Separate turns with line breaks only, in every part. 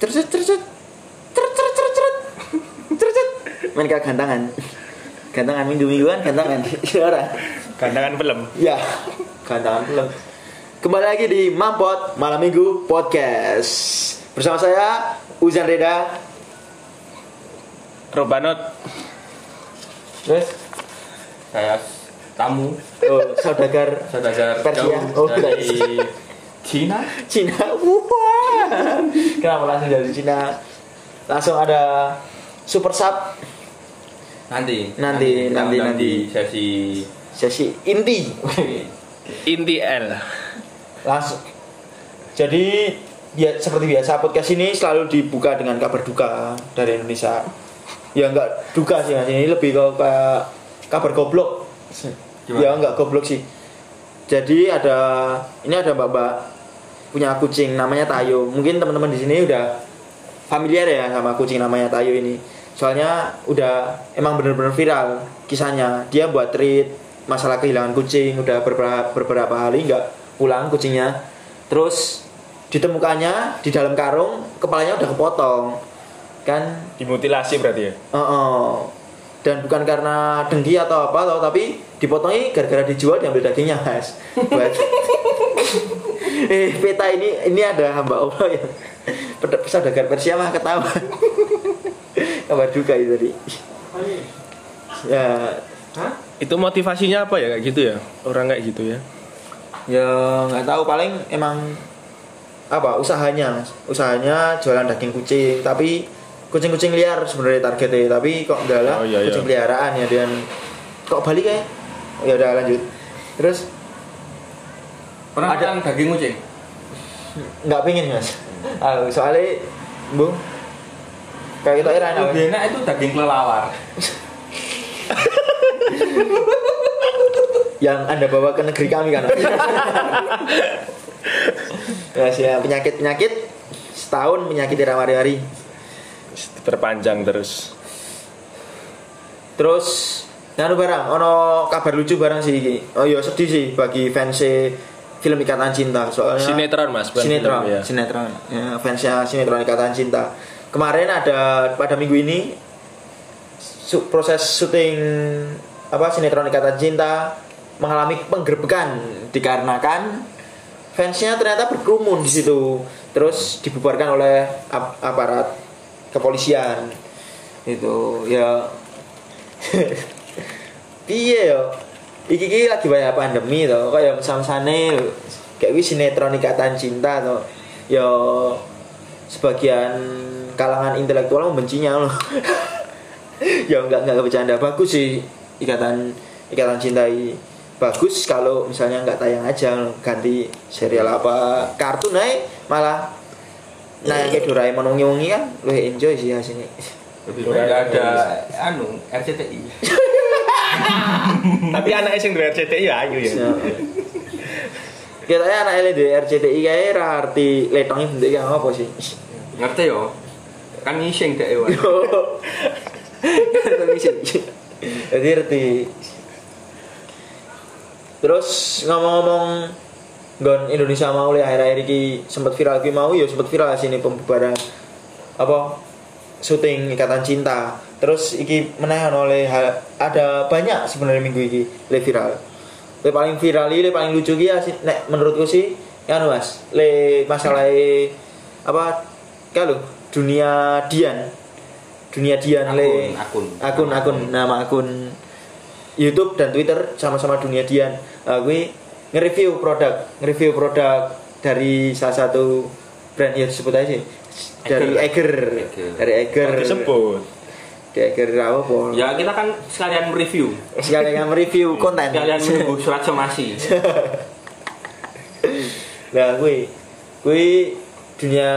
cerut cerut cerut cerut cerut cerut cerut cerut main kayak gantangan gantangan minggu mingguan gantangan ya orang
Gandangan film.
ya gantangan belum kembali lagi di Mampot malam minggu podcast bersama saya Uzan Reda
Robanot.
terus
saya tamu
oh, saudagar
saudagar
Persia.
jauh
Oh,
dari Cina
Cina wah kenapa langsung dari Cina langsung ada super sub
nanti
Nanti,
kita
nanti,
undang
nanti.
di sesi
sesi inti
Inti L.
langsung jadi ya seperti biasa podcast ini selalu dibuka dengan kabar duka dari Indonesia ya nggak duka sih mas ini lebih ke kayak kabar goblok
Gimana?
ya nggak goblok sih jadi ada ini ada mbak mbak punya kucing namanya Tayo mungkin teman-teman di sini udah familiar ya sama kucing namanya Tayo ini soalnya udah emang bener-bener viral kisahnya dia buat treat masalah kehilangan kucing udah beberapa beberapa hari nggak pulang kucingnya terus ditemukannya di dalam karung kepalanya udah kepotong kan
Dimutilasi berarti ya.
Oh, dan bukan karena dengki atau apa loh, tapi dipotongnya gara-gara dijual diambil dagingnya mas. Buat- eh peta ini ini ada hamba allah ya. yang peda- saudagar Persia mah ketawa. Kabar juga itu tadi. Ya,
Itu motivasinya apa ya kayak gitu ya? Orang kayak gitu ya.
ya nggak tahu paling emang apa usahanya Mas. usahanya jualan daging kucing tapi kucing-kucing liar sebenarnya targetnya tapi kok enggak lah
Oh, iya, iya.
kucing peliharaan ya dan kok balik ya ya udah lanjut terus
pernah
Ada.
ada daging kucing
nggak pengen mas
Hmm.
Ah, soalnya bu kayak gitu era
lebih enak itu daging kelelawar
yang anda bawa ke negeri kami kan ya sih penyakit penyakit setahun menyakiti ramai hari
Perpanjang terus.
Terus nganu barang, ono kabar lucu barang sih iki. Oh iya sedih sih bagi fans e film Ikatan Cinta soalnya
Ah. Sinetron, Mas, bukan
sinetron,
Iya.
film, ya.
sinetron. Ya, fansnya sinetron Ikatan Cinta. Kemarin ada pada minggu ini su- proses syuting apa sinetron Ikatan Cinta mengalami penggerbekan dikarenakan fansnya ternyata berkerumun di situ terus dibubarkan oleh ap- aparat kepolisian itu ya piye yo iki iki lagi banyak pandemi to kaya mesam-mesane lho. kayak wis sinetron ikatan cinta to yo sebagian kalangan intelektual membencinya loh ya nggak nggak bercanda bagus sih ikatan ikatan cintai bagus kalau misalnya nggak tayang aja ganti serial apa kartun naik malah nah kayak Doraemon wongi-wongi kan lebih enjoy sih hasilnya
lebih
Kurang
baik
ada.
ada anu RCTI
Tapi anak sing duwe RCTI ya ayu ya.
kita ya anak LD RCTI kayak ra arti letongnya bentuknya apa sih
ngerti yo kan ngising dek Iwan
Tapi sih. jadi arti terus ngomong-ngomong gon Indonesia mau oleh akhir-akhir ini sempat viral ki mau ya sempat viral sini pembubaran apa syuting ikatan cinta terus iki menahan oleh hal- ada banyak sebenarnya minggu ini le viral le paling viral le paling lucu ki ya sih nek menurutku sih ya anu mas le masalah e, apa kalau dunia Dian dunia Dian le
Akun,
akun
akun.
akun nama akun YouTube dan Twitter sama-sama dunia Dian Eh, gue nge-review produk nge-review produk dari salah satu brand ya disebut aja sih dari Eger
Eger.
dari Eger
Disebut.
dari Eger apa pol
ya kita kan sekalian mereview
sekalian yang mereview konten
sekalian menunggu surat somasi
lah gue gue dunia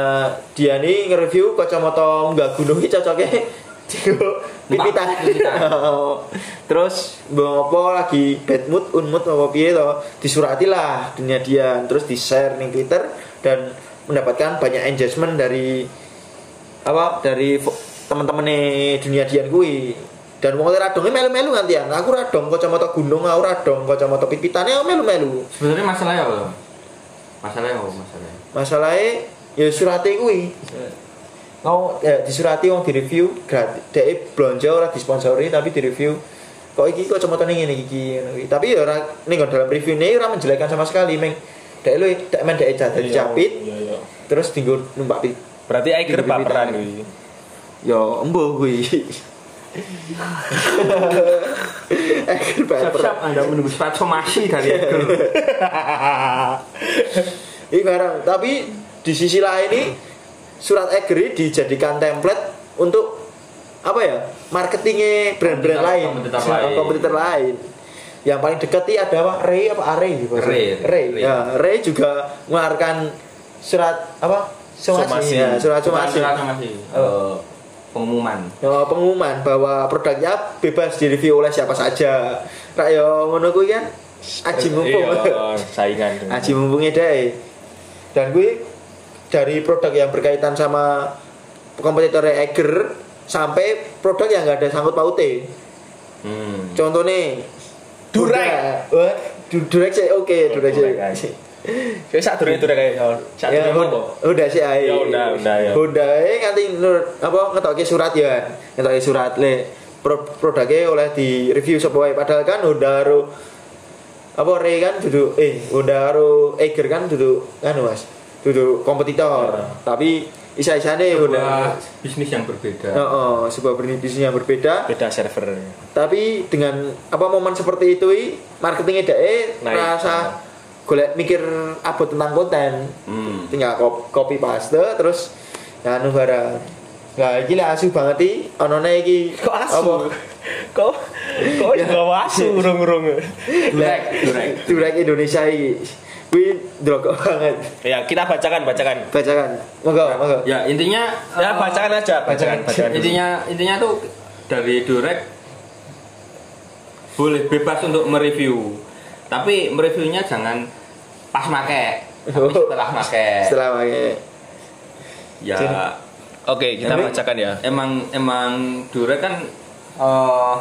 Dian ini nge-review kacamata nggak gunung ini cocoknya Digo pipitan
pipitan.
terus bawa apa lagi bad mood unmood apa piye to disurati lah dunia Dian terus di share nih Twitter dan mendapatkan banyak engagement dari apa dari fo- temen-temennya dunia Dian kui dan wong lek radongnya melu-melu ngantian aku radong kacamata gunung aku radong kacamata pipitane aku melu-melu
sebenarnya masalahnya apa masalahnya apa masalahnya
masalahnya ya surate kuwi Kau ya, disurati wong direview gratis. Dek blonjo ora disponsori tapi direview. Kok iki kok cuma ngene iki. ngene iki. Tapi ya ora ning dalam review ini ora menjelekkan sama sekali, Meng. Dek lu dek men dek jadi capit
Iya, iya.
terus tinggal numpak pit.
Berarti Aiger
Gitu-gitu
baperan
tangan.
kuwi.
Yo embo kuwi. Eh,
Siap-siap Anda menunggu transformasi dari
Iya.
Edgar.
Ini barang. Tapi di sisi lain ini surat Egri dijadikan template untuk apa ya marketingnya brand-brand
Kompetitor-
lain,
kompetitor
Silakan
lain.
kompetitor lain. Yang paling deket ini ada apa? Ray apa Array? gitu.
Ray.
Ray.
Ray.
Ya, Ray juga mengeluarkan surat apa? Somasi.
Somasi.
Ya, surat
Bukan
somasi.
transformasi.
Oh.
Eh, Pengumuman.
Ya, pengumuman bahwa produknya bebas direview oleh siapa saja. Rak yo ngono kuwi kan aji mumpung.
Iya, saingan.
Aji mumpungnya deh. Dan gue dari produk yang berkaitan sama kompetitor Eiger sampai produk yang nggak ada sangkut pautnya.
Hmm.
Contohnya
Durek.
Budak. Wah, du- Durek sih oke, Durek sih.
Durek aja. Kayak sak durung durung kayak sak
Ya,
durung apa?
Honda sih ae.
Ya, Honda, Honda, ya.
Honda ae nganti nur apa ngetokke surat ya. Ngetokke surat le pro, produknya oleh di review sapa wae padahal kan Honda Ro apa Re kan duduk eh Honda Ro Eiger kan duduk kan Mas. Duduk kompetitor.
Nah.
Tapi isa-isane
Sebuah
Honda.
bisnis yang
ya.
berbeda.
Heeh, sebuah bisnis yang berbeda
Beda server.
tapi dengan apa momen seperti itu i, marketingnya dae
Naik.
rasa golek mikir abot tentang konten
Hmm.
tinggal kop- copy paste terus ya anu barang nah iki lah asu banget i onone iki
Kok asu? Kok kok
Ya.
juga asu urung-urung.
durek
durek.
durek Indonesia iki kuwi drogok banget
Ya, kita bacakan, bacakan.
bacakan monggo monggo
Ya intinya
Ya,
eh,
bacakan aja, bacakan, bacakan.
intinya intinya tuh dari Durek boleh bebas untuk mereview tapi mereviewnya jangan pas make tapi setelah make
Oh. setelah pakai
ya
Jadi-
Oke, kita
Tapi-
bacakan ya.
emang emang Durek kan eh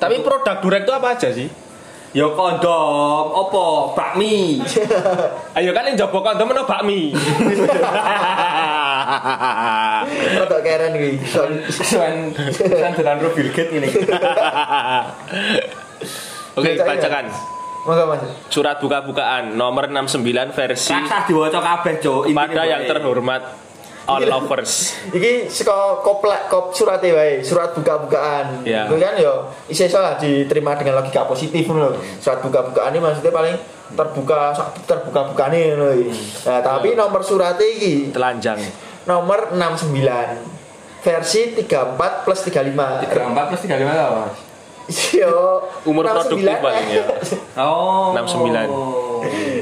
Tapi produk Durek itu apa aja sih?
ya kondom opo bakmi
Ayo kan yang jopo kondom no bakmi.
rodok keren kuwi
sesuai sesuai dengan Bill Gates ini
Oke,
Bacain ya.
bacakan.
monggo Mas
Surat buka-bukaan nomor 69 versi
Raksasa diwaca kabeh cok Intinya
pada yang
boleh.
terhormat all lovers.
Iki saka koplek kop surate wae, surat buka-bukaan.
Iya.
Kuwi kan yo isih iso lah diterima dengan logika positif ngono lho.
Iya.
Surat buka-bukaan ini maksudnya paling terbuka terbuka-bukane ngono iki.
Hmm.
Nah, tapi
Iya.
nomor surate iki
Telanjang.
nomor 69 versi 34 plus 35
tiga empat plus tiga lima lah mas
yo
Umur produktif
69
paling ya.
oh
69.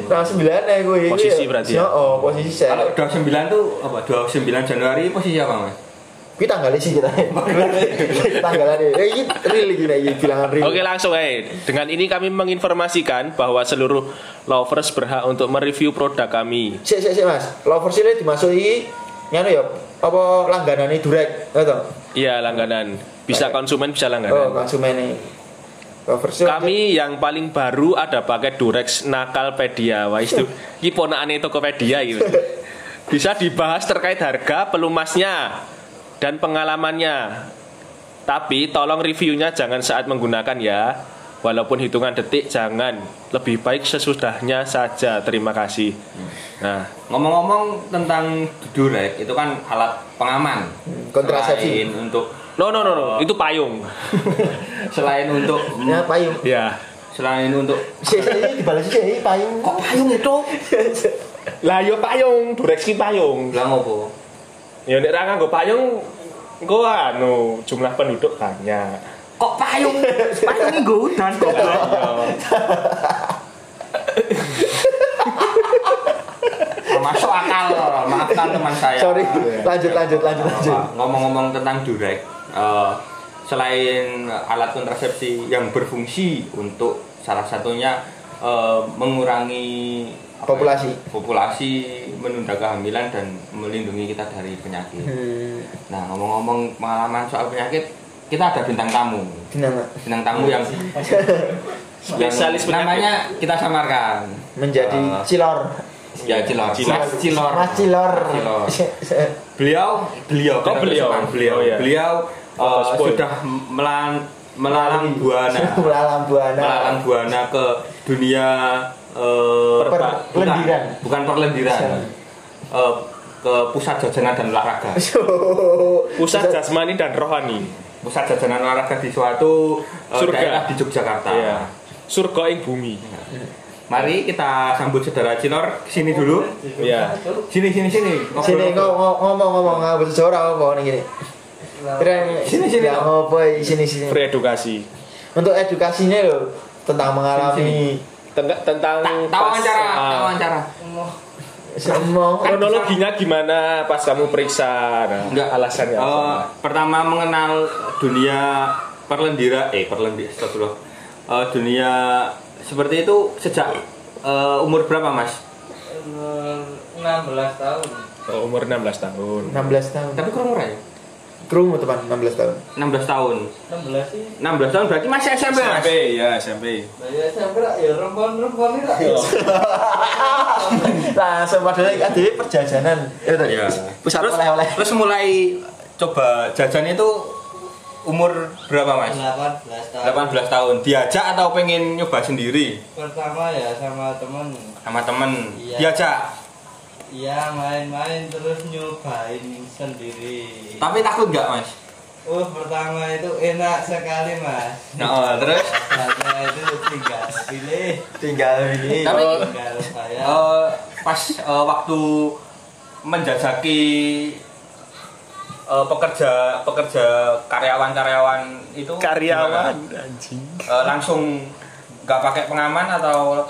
69 ya gue
Posisi berarti
ya
ya?
oh posisi saya
Kalau 29 tuh apa? 29 Januari posisi apa, Mas?
kita tanggalnya sih kita tanggalannya ya ini real gini ini bilangan real
Oke langsung aja. Dengan ini kami menginformasikan bahwa seluruh lovers berhak untuk mereview produk kami.
Sik sik sik Mas. Lover sile dimasuki ngene ya apa langganane Durek, ya toh?
Iya langganan. Bisa konsumen bisa
Oh,
langganan.
konsumene. Lover sile.
Kami yang paling baru ada paket Durex Nakalpedia. Wah itu ini ponakane Tokopedia gitu. Bisa dibahas terkait harga, pelumasnya, dan pengalamannya. Tapi tolong reviewnya jangan saat menggunakan ya. Walaupun hitungan detik jangan. Lebih baik sesudahnya saja. Terima kasih. Nah,
Ngomong-ngomong tentang Durek itu kan alat pengaman.
kontrasepsi.
Selain untuk
no no no, no. itu payung.
selain untuk
Ya payung.
Ya.
selain untuk
Sik sik iki dibalas sik iki payung.
kok payung itu?
Lah yo payung, Durex ki payung.
Lah ngopo?
Ya nek ra nganggo payung engko anu jumlah penduduk banyak.
Kok payung? Payung ini gue udan kok. Masuk akal, maafkan teman saya.
Sorry. Lanjut lanjut lanjut lanjut.
Apa, ngomong-ngomong tentang Durek eh, selain alat kontrasepsi yang berfungsi untuk salah satunya eh, mengurangi apa
Populasi.
ya, populasi menunda kehamilan dan melindungi kita dari penyakit
Hmm,
nah ngomong-ngomong pengalaman soal penyakit kita ada bintang tamu
Dinama
bintang tamu yang yang
Spesialis penyakit.
namanya kita samarkan
menjadi
Eh,
cilor.
ya cilor
Mas Cilor.
Mas Cilor. beliau beliau
Oh,
karena
beliau.
kesukaan beliau
Oh, iya.
beliau eh,
Bapak Spoy.
sudah melan, melalang buana
Melalang buana.
melalang buana ke dunia eh,
Per-
bukan-
perlendiran.
bukan perlendiran
Pusat.
Eh, ke pusat jajanan dan olahraga
Pusat jasmani dan rohani.
pusat jajanan olahraga di suatu eh,
Surga.
daerah di Yogyakarta
Iya. Surga ing bumi.
mari kita sambut saudara Cinor sini dulu
Iya.
sini sini sini
Sini ngomong ngomong ngomong ngomong sejarah apa nih gini. Keren.
Sini, sini.
Ya, apa ya, sini sini.
Free edukasi.
Untuk edukasinya loh tentang mengalami
Tentang tentang
tahu
pas-
wawancara
ah,
tahu wawancara
semua
kronologinya gimana pas kamu periksa? Nah,
Enggak
alasannya
Eh,
apa?
pertama mengenal dunia perlendira eh perlendira astagfirullah. Eh, dunia seperti itu sejak eh, umur berapa Mas?
Umur 16 tahun
Oh, umur 16 tahun.
16 tahun.
Tapi kurang murah ya.
Kerungu teman 16 tahun.
16 tahun.
16 sih
16 tahun berarti masih SMP Mas.
ya SMP.
Bayar SMP lah ya rempon-rempon ini lah ya
Langsung padahal ada perjajanan. Ya tak?
Iya.
Pusat
Terus-
oleh-oleh.
Terus mulai coba jajan itu umur berapa Mas?
18 tahun
18 tahun. Diajak atau pengen nyoba sendiri
Pertama ya sama temen
sama temen?
Iya.
Diajak.
Iya main-main terus nyobain sendiri
Tapi takut nggak Mas?
Oh pertama itu enak sekali mas
Nah, eh, terus
Karena itu tinggal pilih Oh.
Tinggal ini.
Tapi-
Tinggal saya
Eh, pas eh, waktu menjajaki eh, pekerja pekerja karyawan karyawan itu
Karyawan
gimana?
anjing.
Eh, langsung nggak pakai pengaman atau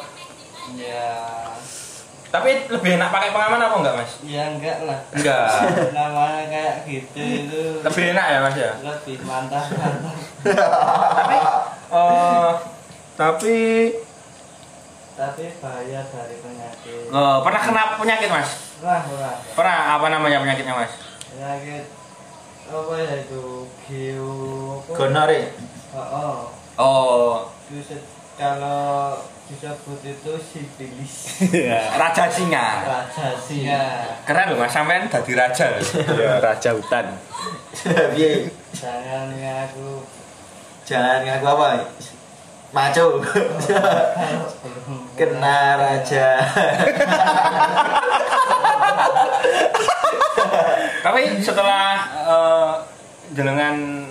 Ya
tapi lebih enak pakai pengaman apa enggak mas
Ya enggak lah
enggak
Namanya kayak gitu itu
lebih enak ya mas ya
Lebih mantap-mantap
Eh, tapi
Tapi bahaya dari penyakit
eh, pernah kena penyakit mas
Wah wah
pernah apa namanya penyakitnya mas
penyakit apa ya itu geo apa?
Gonore.
oh, oh.
oh
Itu se- kalau disebut itu sipilis
Iya.
raja singa
raja singa
keren loh mas sampean jadi raja loh.
Ya, raja hutan.
Piye?
jangan ngaku
Jangan ngaku apa? Maco. Kena raja.
Tapi setelah eh, jenengan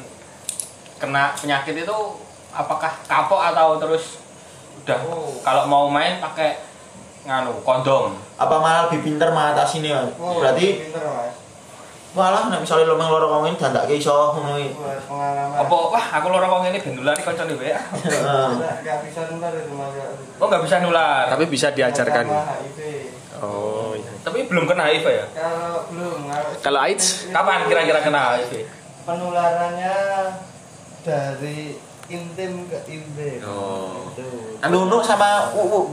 kena penyakit itu apakah kapok atau terus udah oh, kalau mau main pakai nganu kondom.
Apa malah lebih pinter mengatasi ini, Mas?
Oh,
Berarti
pinter mas
malah nek misalnya lo loro kong ini dandak ke iso ngono iki.
buat pengalaman
Apa wah aku loro kok ngene ben nular kanca
Heeh.
ya.
Nggak- nggak bisa ntar itu mas nggak bisa.
Oh nggak bisa nular.
Tapi bisa diajarkan.
Sama HIV.
Oh, iya.
Tapi belum kena HIV ya.
kalau belum kalau-
Kalau AIDS?
Kapan kira-kira kena HIV?
penularannya dari intim ke intim
Oh.
Gitu.
Nunuk sama uwu.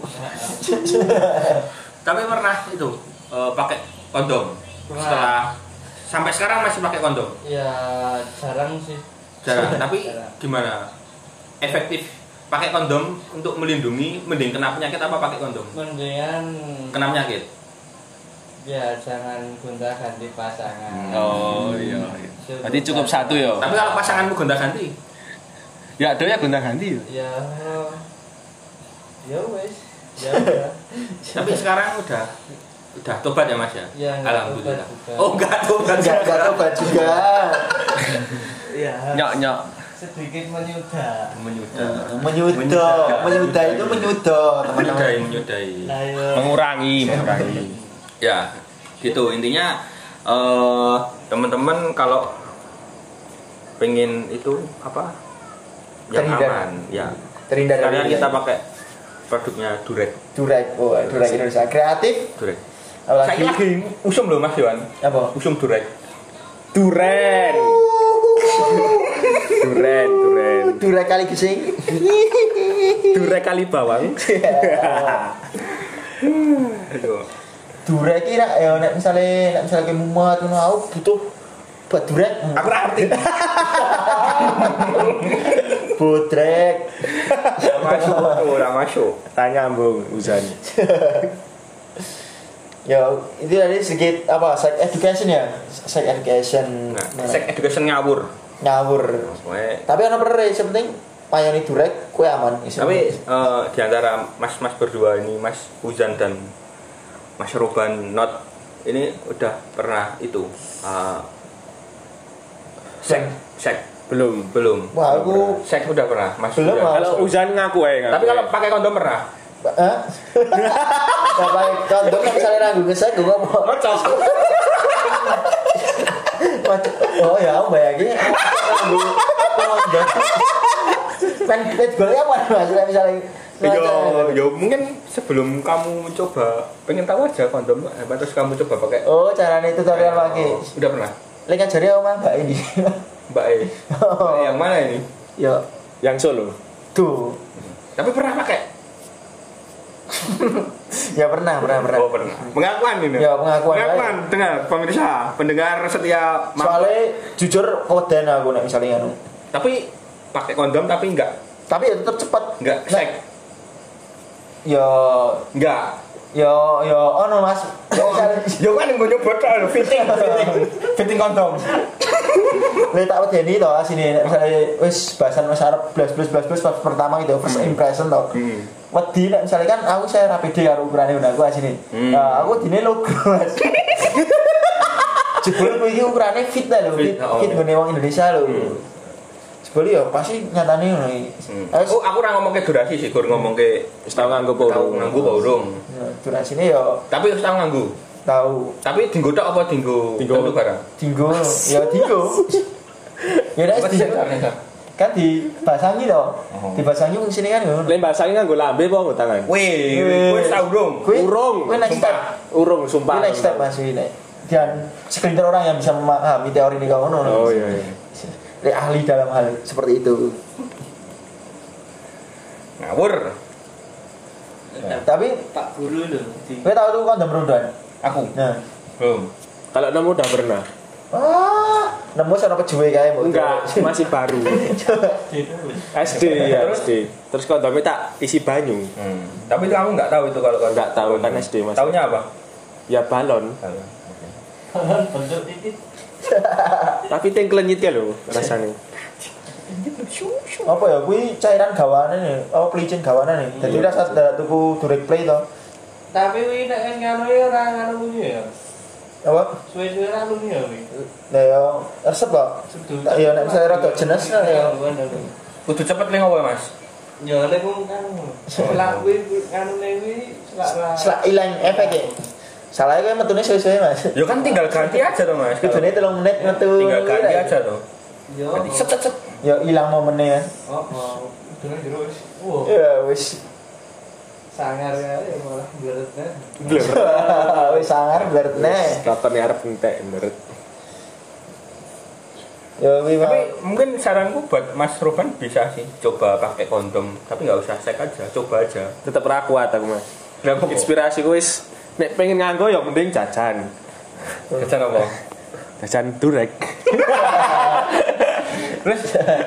Tapi pernah itu eh, pakai kondom.
Pernah.
Setelah sampai sekarang masih pakai kondom.
Ya jarang sih.
Jarang. Tapi
Jarang.
gimana? Efektif pakai kondom untuk melindungi mending kena penyakit apa pakai kondom?
Mendingan
Kena penyakit.
ya jangan gonta ganti pasangan.
Oh, iya. Berarti cukup satu
Oh.
ya.
Tapi kalau pasanganmu gonta ganti,
Ya, ada ya gonta ganti ya.
Ya ya wes. Ya udah.
tapi sekarang udah udah tobat ya Mas ya?
Ya, enggak
Alhamdulillah.
tobat juga.
Oh, enggak tobat.
Enggak enggak coba juga.
ya
Nyok nyok.
sedikit menyudah.
Menyudah.
Menyudo, menyudo itu menyudo,
Menyudahi,
teman-teman.
menyudahi.
Ayo.
Mengurangi, mengurangi.
Ya, gitu intinya eh teman-teman kalau pengen itu apa? Yang
Terhindar.
aman, ya.
Terhindar
Kalian
dari
kita pakai produknya Durek,
Durek, oh, Durek Indonesia kreatif.
Durek. Saya
Apalagi
lagi usum loh Mas Yohan.
apa?
Usum Durek.
Duren. Duren, duren.
Durek kali gesing.
Durek kali bawang.
Aduh.
Durek iki nek ya nek misale nek misale kowe mumet ngono aku butuh buat Hmm. durek.
Aku ra ngerti.
Bodrek.
Nggak masuk, ora masuk.
Tak nyambung Uzan.
Ya, itu tadi sedikit apa? Sex education ya? Sex education.
Nah,
Nah,
sex education ngawur.
Ngawur.
Maksudnya,
Tapi ono perre sing penting payoni durek kue aman. Isine.
tapi eh, di antara mas-mas berdua ini, Mas Uzan dan Mas Roban Not ini udah pernah itu eh, sek sek
belum
belum.
Wah, aku-
sek udah pernah, Mas.
Belum,
Uzan.
Mas.
kalau Uzan ngaku ya
Tapi kalau pakai kondom pernah.
Hah? Gak pakai kondom kan misalnya nanggung ke saya gue ngomong Macet. Oh ya, aku bayangin nanggung kondom. Pen pen gue apa maksudnya misalnya?
Yo, yo Iya, mungkin sebelum kamu coba pengen tahu aja kondom eh, apa terus kamu coba pakai
Oh, caranya itu tapi apa lagi?
Oh, udah pernah
Lek ngajari aku mah mbak ini.
Mbak E
Oh.
Mbak E yang mana ini
Yo,
yang Solo
tuh.
tapi pernah pakai
Ya pernah, pernah, pernah.
oh pernah pengakuan ini
Ya, pengakuan
pengakuan dengar pemirsa pendengar setia Mam.
Soalnya jujur koden aku nek misalnya anu.
tapi pakai kondom tapi enggak
Tapi ya tetap cepat.
enggak
Nah,
sek
Yo,
enggak
yo, yo, ono mas. Yo, misalnya-
yo kan gue nyoba tuh fitting fitting fitting kondom
Lek tak wedeni to asine nek misale wis bahasan wis arep blas blas blas blas pas pertama gitu first impression to.
Hmm.
Wedi nek misale kan aku saya ra pede karo ukurane undaku asine.
Hmm.
Nah, aku dine logo. Mas. Jebul kuwi iki ukurane fit ta lho, fit
Fit, oh.
fit gone wong Indonesia lho. Jebul ya pasti nyatane ngono iki.
Hmm.
Eh,
aku aku orang ngomong ke durasi sih gue ngomong ke
tahu nganggu
tahu nganggu apa urung
ya, durasine ya
tapi harus tahu nganggu
tau
tapi dinggo tok apa dinggo
Dinggo.
tentu barang
dinggo ya dinggo. Ya nek
Apa sih,
dinggo
ternyata?
kan dibasangi to.
Oh.
Dibasangi wong sini kan ngono.
Lek bahasane nganggo lambe apa nganggo tangan?
Wih,
Wih.
gue tahu dong.
Kue-
Urung.
kue next
Sumpah.
step
Urung
Kue
sumpah.
next step mas ini dan sekelintir orang yang bisa memahami teori ini kamu
Oh iya iya.
ahli dalam hal seperti itu
Ngawur.
Ya.
tapi
Pak Guru lho di
kue tahu tuh kondom rundan
Aku
nah
belum.
Kalau nemu udah pernah?
ah nemu sama kejuwe kayak Bu.
Enggak, masih baru. SD ya
Terus?
SD. Terus kondomnya tak isi banyu.
Hmm. Tapi itu kamu nggak tahu itu kalau kalau
Nggak tahu, kan SD masih.
Tahunya apa?
Ya balon,
bentuk ini
tapi tengklenyit ya lho rasanya.
apa ya kue cairan gawanan nih oh pelicin gawanan nih jadi
Iya.
rasa darah tuku durek play toh
tapi ini nek kan nganu ya ora nganu bunyi ya
apa
suwe-suwe ora bunyi ya wi
nah ya resep kok Tak, iya, nek saya rada jenes, nah, ya.
Kudu cepet nih ngomong mas.
ya nek ku kan selak kuwi nganu kuwi selak selak
setelah hilang ya. efeknya salahnya kue metunya suwe-suwe mas
Yo kan tinggal ganti aja tuh mas. Kalau
Kudune telung menit metu Iya.
Tinggal ganti aja tuh.
yo
Ganti set set set.
ya hilang momennya kan
apa dengan terus wow
ya wis
sangar ya ya, malah berat
wis sangar blert
Nah.
ne
Kapan Nah. arep entek menurut.
ya wi
Tapi
mau
mungkin saranku buat Mas Ruben bisa sih coba pakai kondom, tapi nggak usah sek aja, coba aja.
Tetep ra kuat aku, Mas.
Kenapa?
Oh. Inspirasi wis nek pengen nganggo ya mending jajan.
Jajan apa?
Jajan durek.
Terus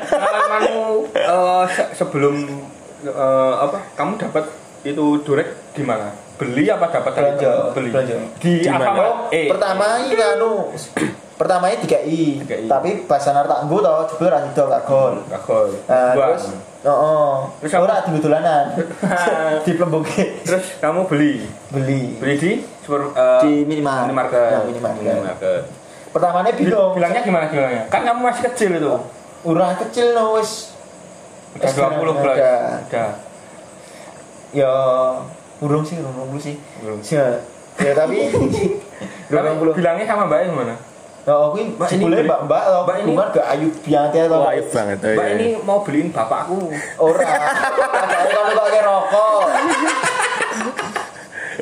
pengalamanmu eh, se- sebelum eh, apa? Kamu dapat itu durek gimana? Beli apa dapat dari
Belanja,
teman? Beli.
belanja.
Di,
Di
apa?
mana?
Mak? Eh,
pertama iki anu pertamanya DKI,
DKI.
tapi basanar tak nggo to jebul ra didol gak gol
Kagol.
Nah,
Buang.
terus heeh
Terus apa?
ora di dolanan di plembungke
Terus kamu beli
beli
beli di super eh,
Di minimarket.
minimarket.
Ya, minimarket.
Minimarket.
pertamanya
Bil-
bingung
Bilangnya gimana bilangnya? Kan kamu masih kecil itu.
ora kecil no wis
Udah
Terus
20 belas.
ada.
Udah.
ya urung sih urung 20 sih
Urung.
ya ya, tapi
Tapi
urung 20
bilangnya sama Mbak gimana?
Nah, aku ini
Mbak, ini
jebule
beli-
mbak-mbak loh,
Mbak, ini-
bungan gak ayu biangnya loh.
Waif banget. oh,
Mbak
iya.
ini mau beliin bapakku.
Ora. Padahal kamu pakai rokok.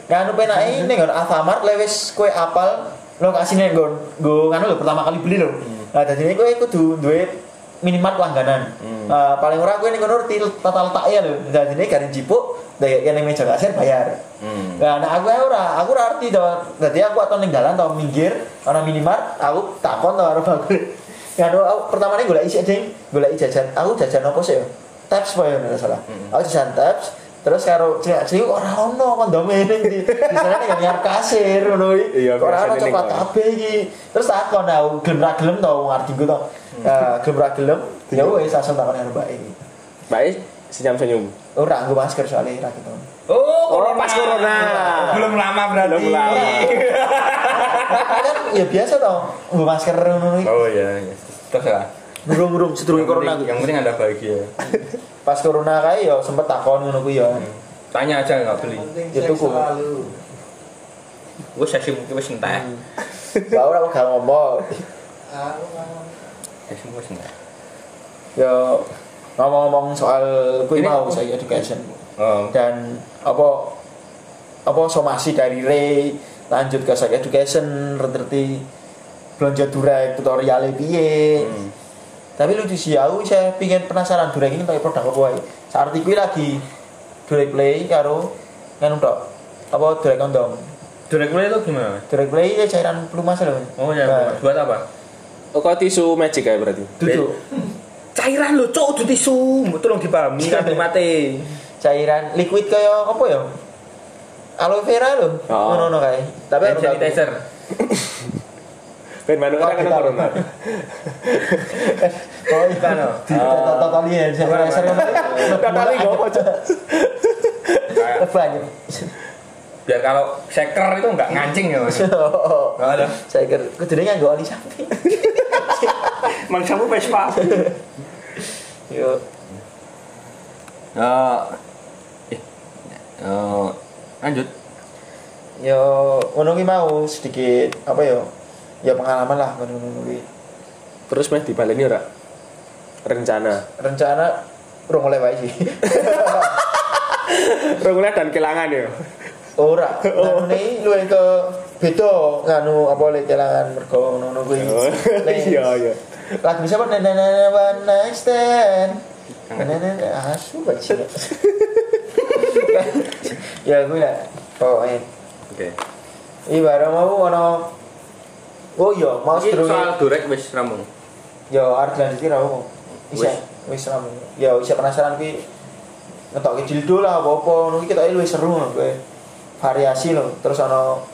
Kan penake ning nggon Alfamart le wis kowe apal lo kasine nggon nggo ngono lho pertama kali beli lho. Nah dadi kowe kudu duwe minimal langganan. Eh, paling ora kowe ning ngono ngerti tata letake lho. Dadi garing cipuk dagek kene meja kasir bayar.
Hmm.
Nah, nah aku ae ora, aku ora arti to. Dadi aku atau ning dalan to minggir ana minimart, aku takon to karo bakul. Ya aku, aku pertamane
Hmm.
golek isi ding, golek jajan. Aku jajan apa sih ya? Taps apa ya nek nggak salah. Aku jajan taps, terus karo cilik cilik ora ono kondome ning di disana ning ngarep kasir ngono iki
Iya,
Kok ora ono
biasanya
coklat
ning kono.
kabeh iki terus takon nah, aku gelem ra gelem to wong artiku to
Hmm.
Eh, gelem ra gelem
Iya.
ya wis langsung takon karo mbak iki
Baik, iya. senyum-senyum.
ora nggo masker soalnya ra gitu
Oh,
Oh, pas corona.
Belum lama berarti.
Belum lama.
kan ya biasa to nggo masker ngono iki
Oh
iya,
ya, ya. terus lah.
burung-burung sedurunge
Yang
corona
penting-
ku.
Yang penting anda bahagia.
pas corona kae ya sempet takon ngono kuwi ya
Hmm. Tanya aja nggak beli.
penting
Ya,
seks
tuku.
selalu
Gue sesi mungkin wes
ya.
entah.
Lah ora gak ngomong
aku kan
Sesi wes entah.
ya ngomong-ngomong soal kuwi
Ini-
mau saya education
Oh,
dan apa apa somasi dari Ray lanjut ke sex education terti belanja durek tutorial piye
Hmm.
tapi lucu sih aku saya pingin penasaran durek ini pakai produk apa wae saat itu lagi durek play karo nganu tok apa durek kondom
Dracula itu gimana? Mas?
durek play ya cairan pelumas loh
Oh ya,
iya,
Nah.
Mas. buat apa?
Oh, kok tisu magic kayak berarti?
duduk
Cairan lo, cok, itu tisu. Tolong dipahami kan, kalimatnya.
cairan liquid kaya apa ya aloe vera loh
Oh.
ngono ngono kae tapi
Hand
aku nggak-
sanitizer.
Ben manuk kan
Kok
kena
kita-
corona.
Oh iya kan. Totali ya, saya merasa
Totali nggak apa, Cok.
Kayak-
Banyak.
Biar kalau seker itu nggak ngancing ya. Mas. Nggak ada.
Saya kira kudune kan oli sapi.
Mang Samu Vespa.
Yo.
Eh, eh, eh, lanjut.
Yo ngono ki mau sedikit apa yo? Ya pengalaman lah ngono-ngono kuwi.
Terus meh dibaleni ora? Rencana.
Rencana urung oleh wae sih.
Rungulnya dan kelangan ya.
Ora.
Oh.
Ngene luwe ke beda nganu apa le kelangan mergo ngono kuwi. Lek-
Oh. Iya iya.
Lagu siapa? Na na na na one night stand. Na na na na asu baca. ya gue lah. Oh eh.
Oke.
Ini barang mau ono. Oh iya, mau
Ini
seru.
soal durek wis rampung.
Ya arep lanjut ra mau. Bisa, wis ra mau. Ya bisa penasaran ki ngetok kecil dulu lah apa-apa ngono ki ketoke luwih seru ngono kowe. Variasi lho, terus ono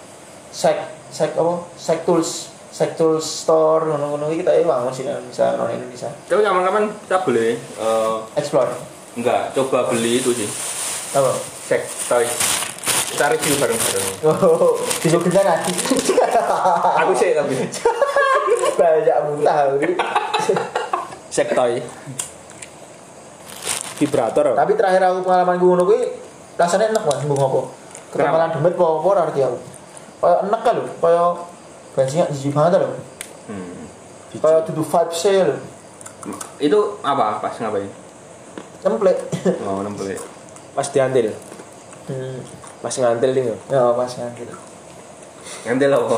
sek sek apa? Sek tools, sek tools store ngono-ngono ki ketoke bangun sih bisa ono Indonesia.
Tapi kapan-kapan kita boleh eh,
Explore.
enggak coba beli itu sih.
Apa?
Sek toy. Kita review bareng-bareng.
Oh, besok kita nanti.
Aku sih tapi.
Banyak muntah. Uri.
Sektoy. Vibrator.
Tapi terakhir aku pengalaman gue ngono kuwi rasanya enak banget mbung apa. Ketempalan demet apa apa ora ngerti aku. Kaya enak kan lho, kaya bensinnya jijik banget lho.
Hmm.
Kaya e duduk vibe sale.
Itu apa pas ngapain?
Templek.
Oh, nempel.
Pas diantil.
Hmm.
Pas ngantil nih.
Ya pas nanti.
Ngantil apa?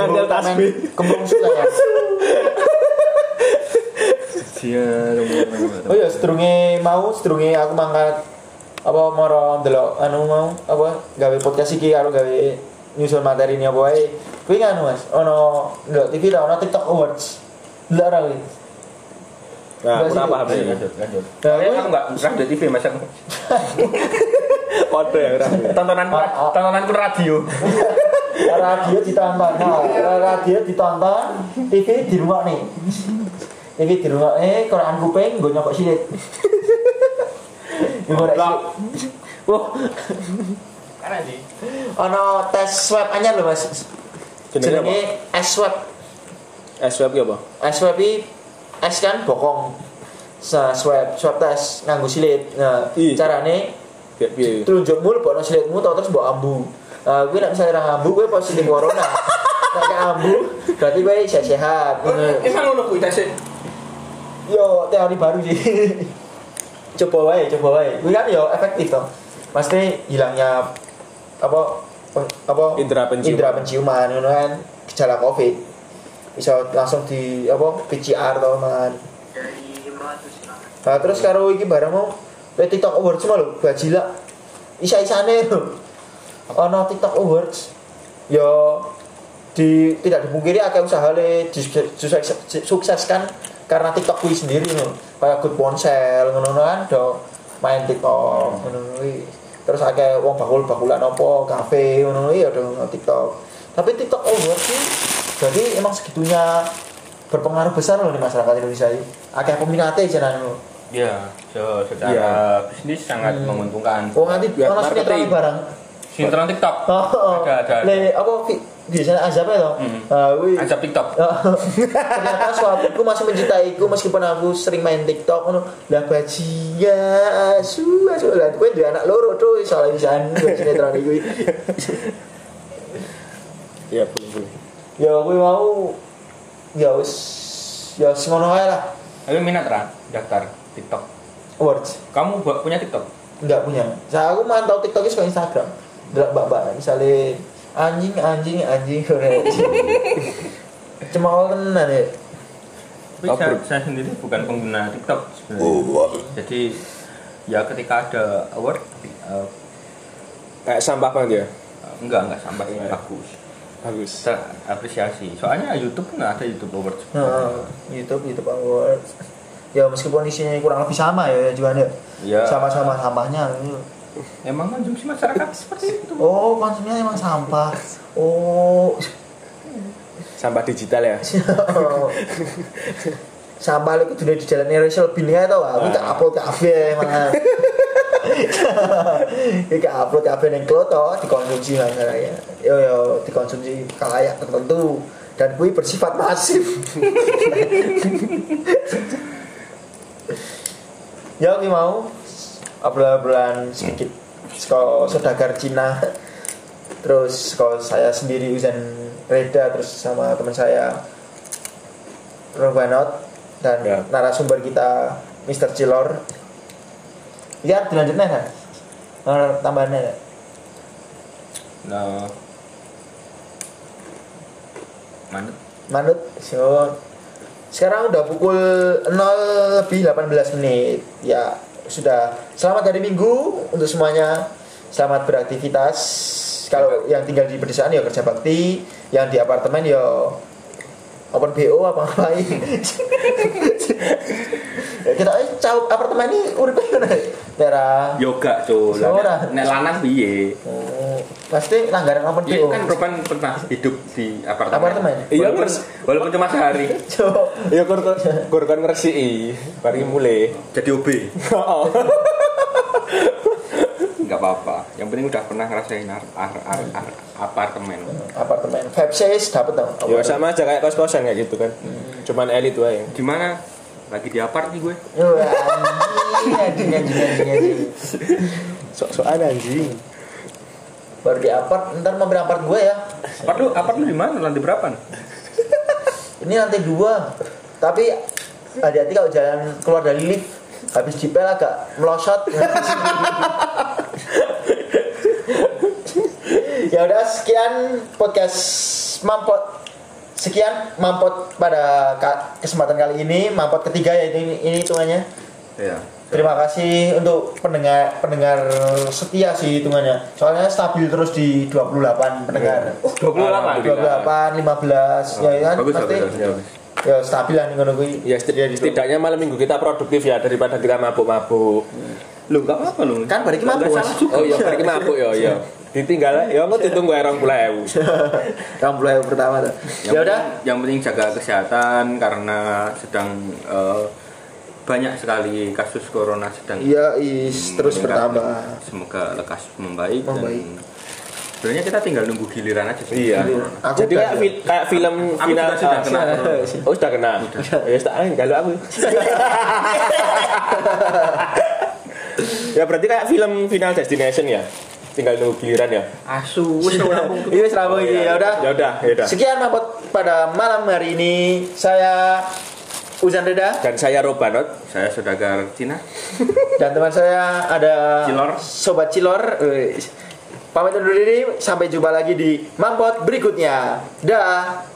Kandel tasbih. Kembung sudah ya.
Sia,
Oh iya, sedurunge mau, sedurunge aku mangkat apa moro ndelok anu mau apa gawe podcast iki karo gawe nyusun materi ini apa wae. Kuwi kan Mas, ono ndelok TV lah ono TikTok Awards. Ndelok ora kuwi. Nggak
Nah, aku ora
sih.
paham sih.
Lanjut, lanjut. Saya
Nah, kuwi-
aku nggak nggak ada TV masa aku-
Kode ya ora.
tontonan
Ah, ah.
tontonanku radio.
radio ditonton nah, radio ditonton TV di rumah nih TV di rumah eh koran kuping gue nyokok silit gue
Blok.
Wah,
Karena sih.
ono tes swab aja loh mas.
Jenenge apa?
Jenenge S swab,
SWAP ki apa?
S swab i S kan bokong. Sa swab, swab tes nganggo silit. Nah,
Ih.
carane
Piye piye?
telunjukmu lebokno silitmu tau terus mbok ambu. Nah, kuwi nek misalnya ra ambu kuwi positif corona. Nek gak ambu berarti kuwi sehat. Ngono.
Emang ngono kuwi tesnya?
Yo teori baru sih. coba wae, coba wae. Kuwi kan yo efektif toh. Pasti hilangnya apa peng- apa
Indra penciuman.
Indra penciuman ngono kan gejala Covid. Bisa langsung di apa PCR toh man. Nah, terus karo iki bareng mau le TikTok Awards mah lho, bajila. Isa-isane lho. Ono TikTok Awards. Yo di tidak dipungkiri akeh usaha le disukses- disukseskan karena TikTok kuwi sendiri lho. Kayak good ponsel ngono kan do main
Hmm.
TikTok ngono kuwi. Terus akeh wong bakul-bakulan apa kafe ngono kuwi ya dengan TikTok. Tapi TikTok over sih jadi emang segitunya berpengaruh besar loh di masyarakat Indonesia ini. Akeh peminatnya jenengan lho.
Iya, so, secara
Iya.
bisnis sangat
Hmm.
menguntungkan.
Wong nganti
Buat
ono sinetron
marketing.
barang.
Sinetron TikTok.
Oh, oh.
Ada, ada, ada.
Le apa Ki? biasanya azabnya loh.
Hmm.
Ah, kuwi.
Ajak TikTok.
Oh. ternyata suamiku masih mencintaiku meskipun aku sering main TikTok ngono lah bajia asu asu lah kowe duwe anak loro tuh soalnya bisa duwe sinetron iku
Iya, boleh, boleh.
ya aku mau ya wis ya semono ae lah
Tapi minat ra daftar TikTok.
words
Kamu buat punya TikTok?
enggak punya saya aku mantau TikToknya suka Instagram delak mbak-mbak misalnya anjing anjing anjing anjing cuma kalau tenan ya
Tapi saya, Oh, saya sendiri bukan pengguna TikTok sebenarnya.
Oh,
Jadi ya ketika ada award eh,
Kayak sampah banget ya.
enggak enggak sampai
Iya.
bagus.
Bagus.
Saya apresiasi. Soalnya YouTube kan ada YouTube award.
Nah, YouTube YouTube Awards. Ya meskipun isinya kurang lebih sama ya juga ada.
Ya.
Sama-sama sampahnya. gitu.
Emang konsumsi masyarakat seperti itu.
Oh, konsumnya emang sampah. Oh.
Sampah digital ya.
sampah itu sudah di jalan Rachel Bin ya tau aku tak upload kafe mana E, Iki upload kafe yang kloto dikonsumsi lah ya yo yo dikonsumsi kalayak tertentu dan kui bersifat masif ya oke mau obrolan-obrolan sedikit sekolah saudagar Cina terus kalau saya sendiri Uzan Reda terus sama teman saya Robanot dan
Ya.
narasumber kita Mr. Cilor ya dilanjutnya kan Or, tambahannya nggak?
Nah. Mana?
manut so sekarang udah pukul 0 lebih 18 menit ya sudah selamat hari minggu untuk semuanya selamat beraktivitas kalau yang tinggal di pedesaan ya kerja bakti yang di apartemen ya open bo apa ngapain Ya, kita eh cau apartemen ini urip daerah
Yoga tuh.
Seorang.
Nek lanang piye?
Oh, pasti langgaran open
Iya
bo
kan Ropan pernah hidup di apartemen.
Apartemen?
Iya, walaupun, walaupun cuma sehari.
Cuk.
Ya kur kur- kur kan ngresiki. Bari mulai.
Jadi OB.
Oh.
Enggak apa-apa. Yang penting udah pernah ngerasain ar- ar- ar- ar- apartemen.
apartemen five dapat dapet dong
Ya sama aja kayak kos-kosan kayak gitu kan. Cuman elit wae.
Gimana? Lagi di apart nih gue.
Wah, anjing, anjing, anjing, anjing, anjing.
Sok-sokan anjing.
Baru di apart, ntar mampir apart gue ya.
Apart lu, apart lu di mana? Lantai berapa? nih?
Ini lantai dua, tapi hati-hati kalau jalan keluar dari lift habis jipel agak melosot. ya udah sekian podcast mampot sekian mampot pada ka- kesempatan kali ini mampot ketiga ya ini ini hitungannya
Iya.
Terima kasih untuk pendengar pendengar setia sih hitungannya. Soalnya stabil terus di 28 pendengar.
Iya. Oh,
28,
28.
15. ya kan
Bagus,
pasti.
bagus, bagus.
Ya stabil lah nih ngono kuwi.
Ya seti-
gitu.
setidaknya malam minggu kita produktif ya daripada kita mabuk-mabuk.
Lu enggak apa-apa lu.
Kan bariki mabuk,
Enggak
Mas.
salah juga.
Oh iya, mari kita mabuk ya iya. Ditinggal ya engko ditunggu ae 20.000.
Yang mulai pertama tuh.
Yang
Ya udah.
penting- yang penting jaga kesehatan karena sedang eh, banyak sekali kasus corona sedang
Iya, is terus
meningkat.
bertambah.
Semoga lekas membaik,
Membaik.
dan sebenarnya kita tinggal nunggu giliran aja sih.
Iya.
Aku
Jadi
udah-
kayak, fi- kayak film
Aku
final
juga sudah kena.
Oh sudah kena. Ya sudah angin kalau aku. ya berarti kayak film final destination ya. Tinggal nunggu giliran ya.
Asu, wis rampung.
Iya, wis rampung iki. Ya udah.
Ya udah, ya udah.
Sekian mampot pada malam hari ini. Saya Uzan Reda
Dan saya Robanot.
Saya saudagar Cina.
dan teman saya ada
Cilor.
Sobat Cilor. Eh, Pamit undur diri, sampai jumpa lagi di mampot berikutnya. Dah.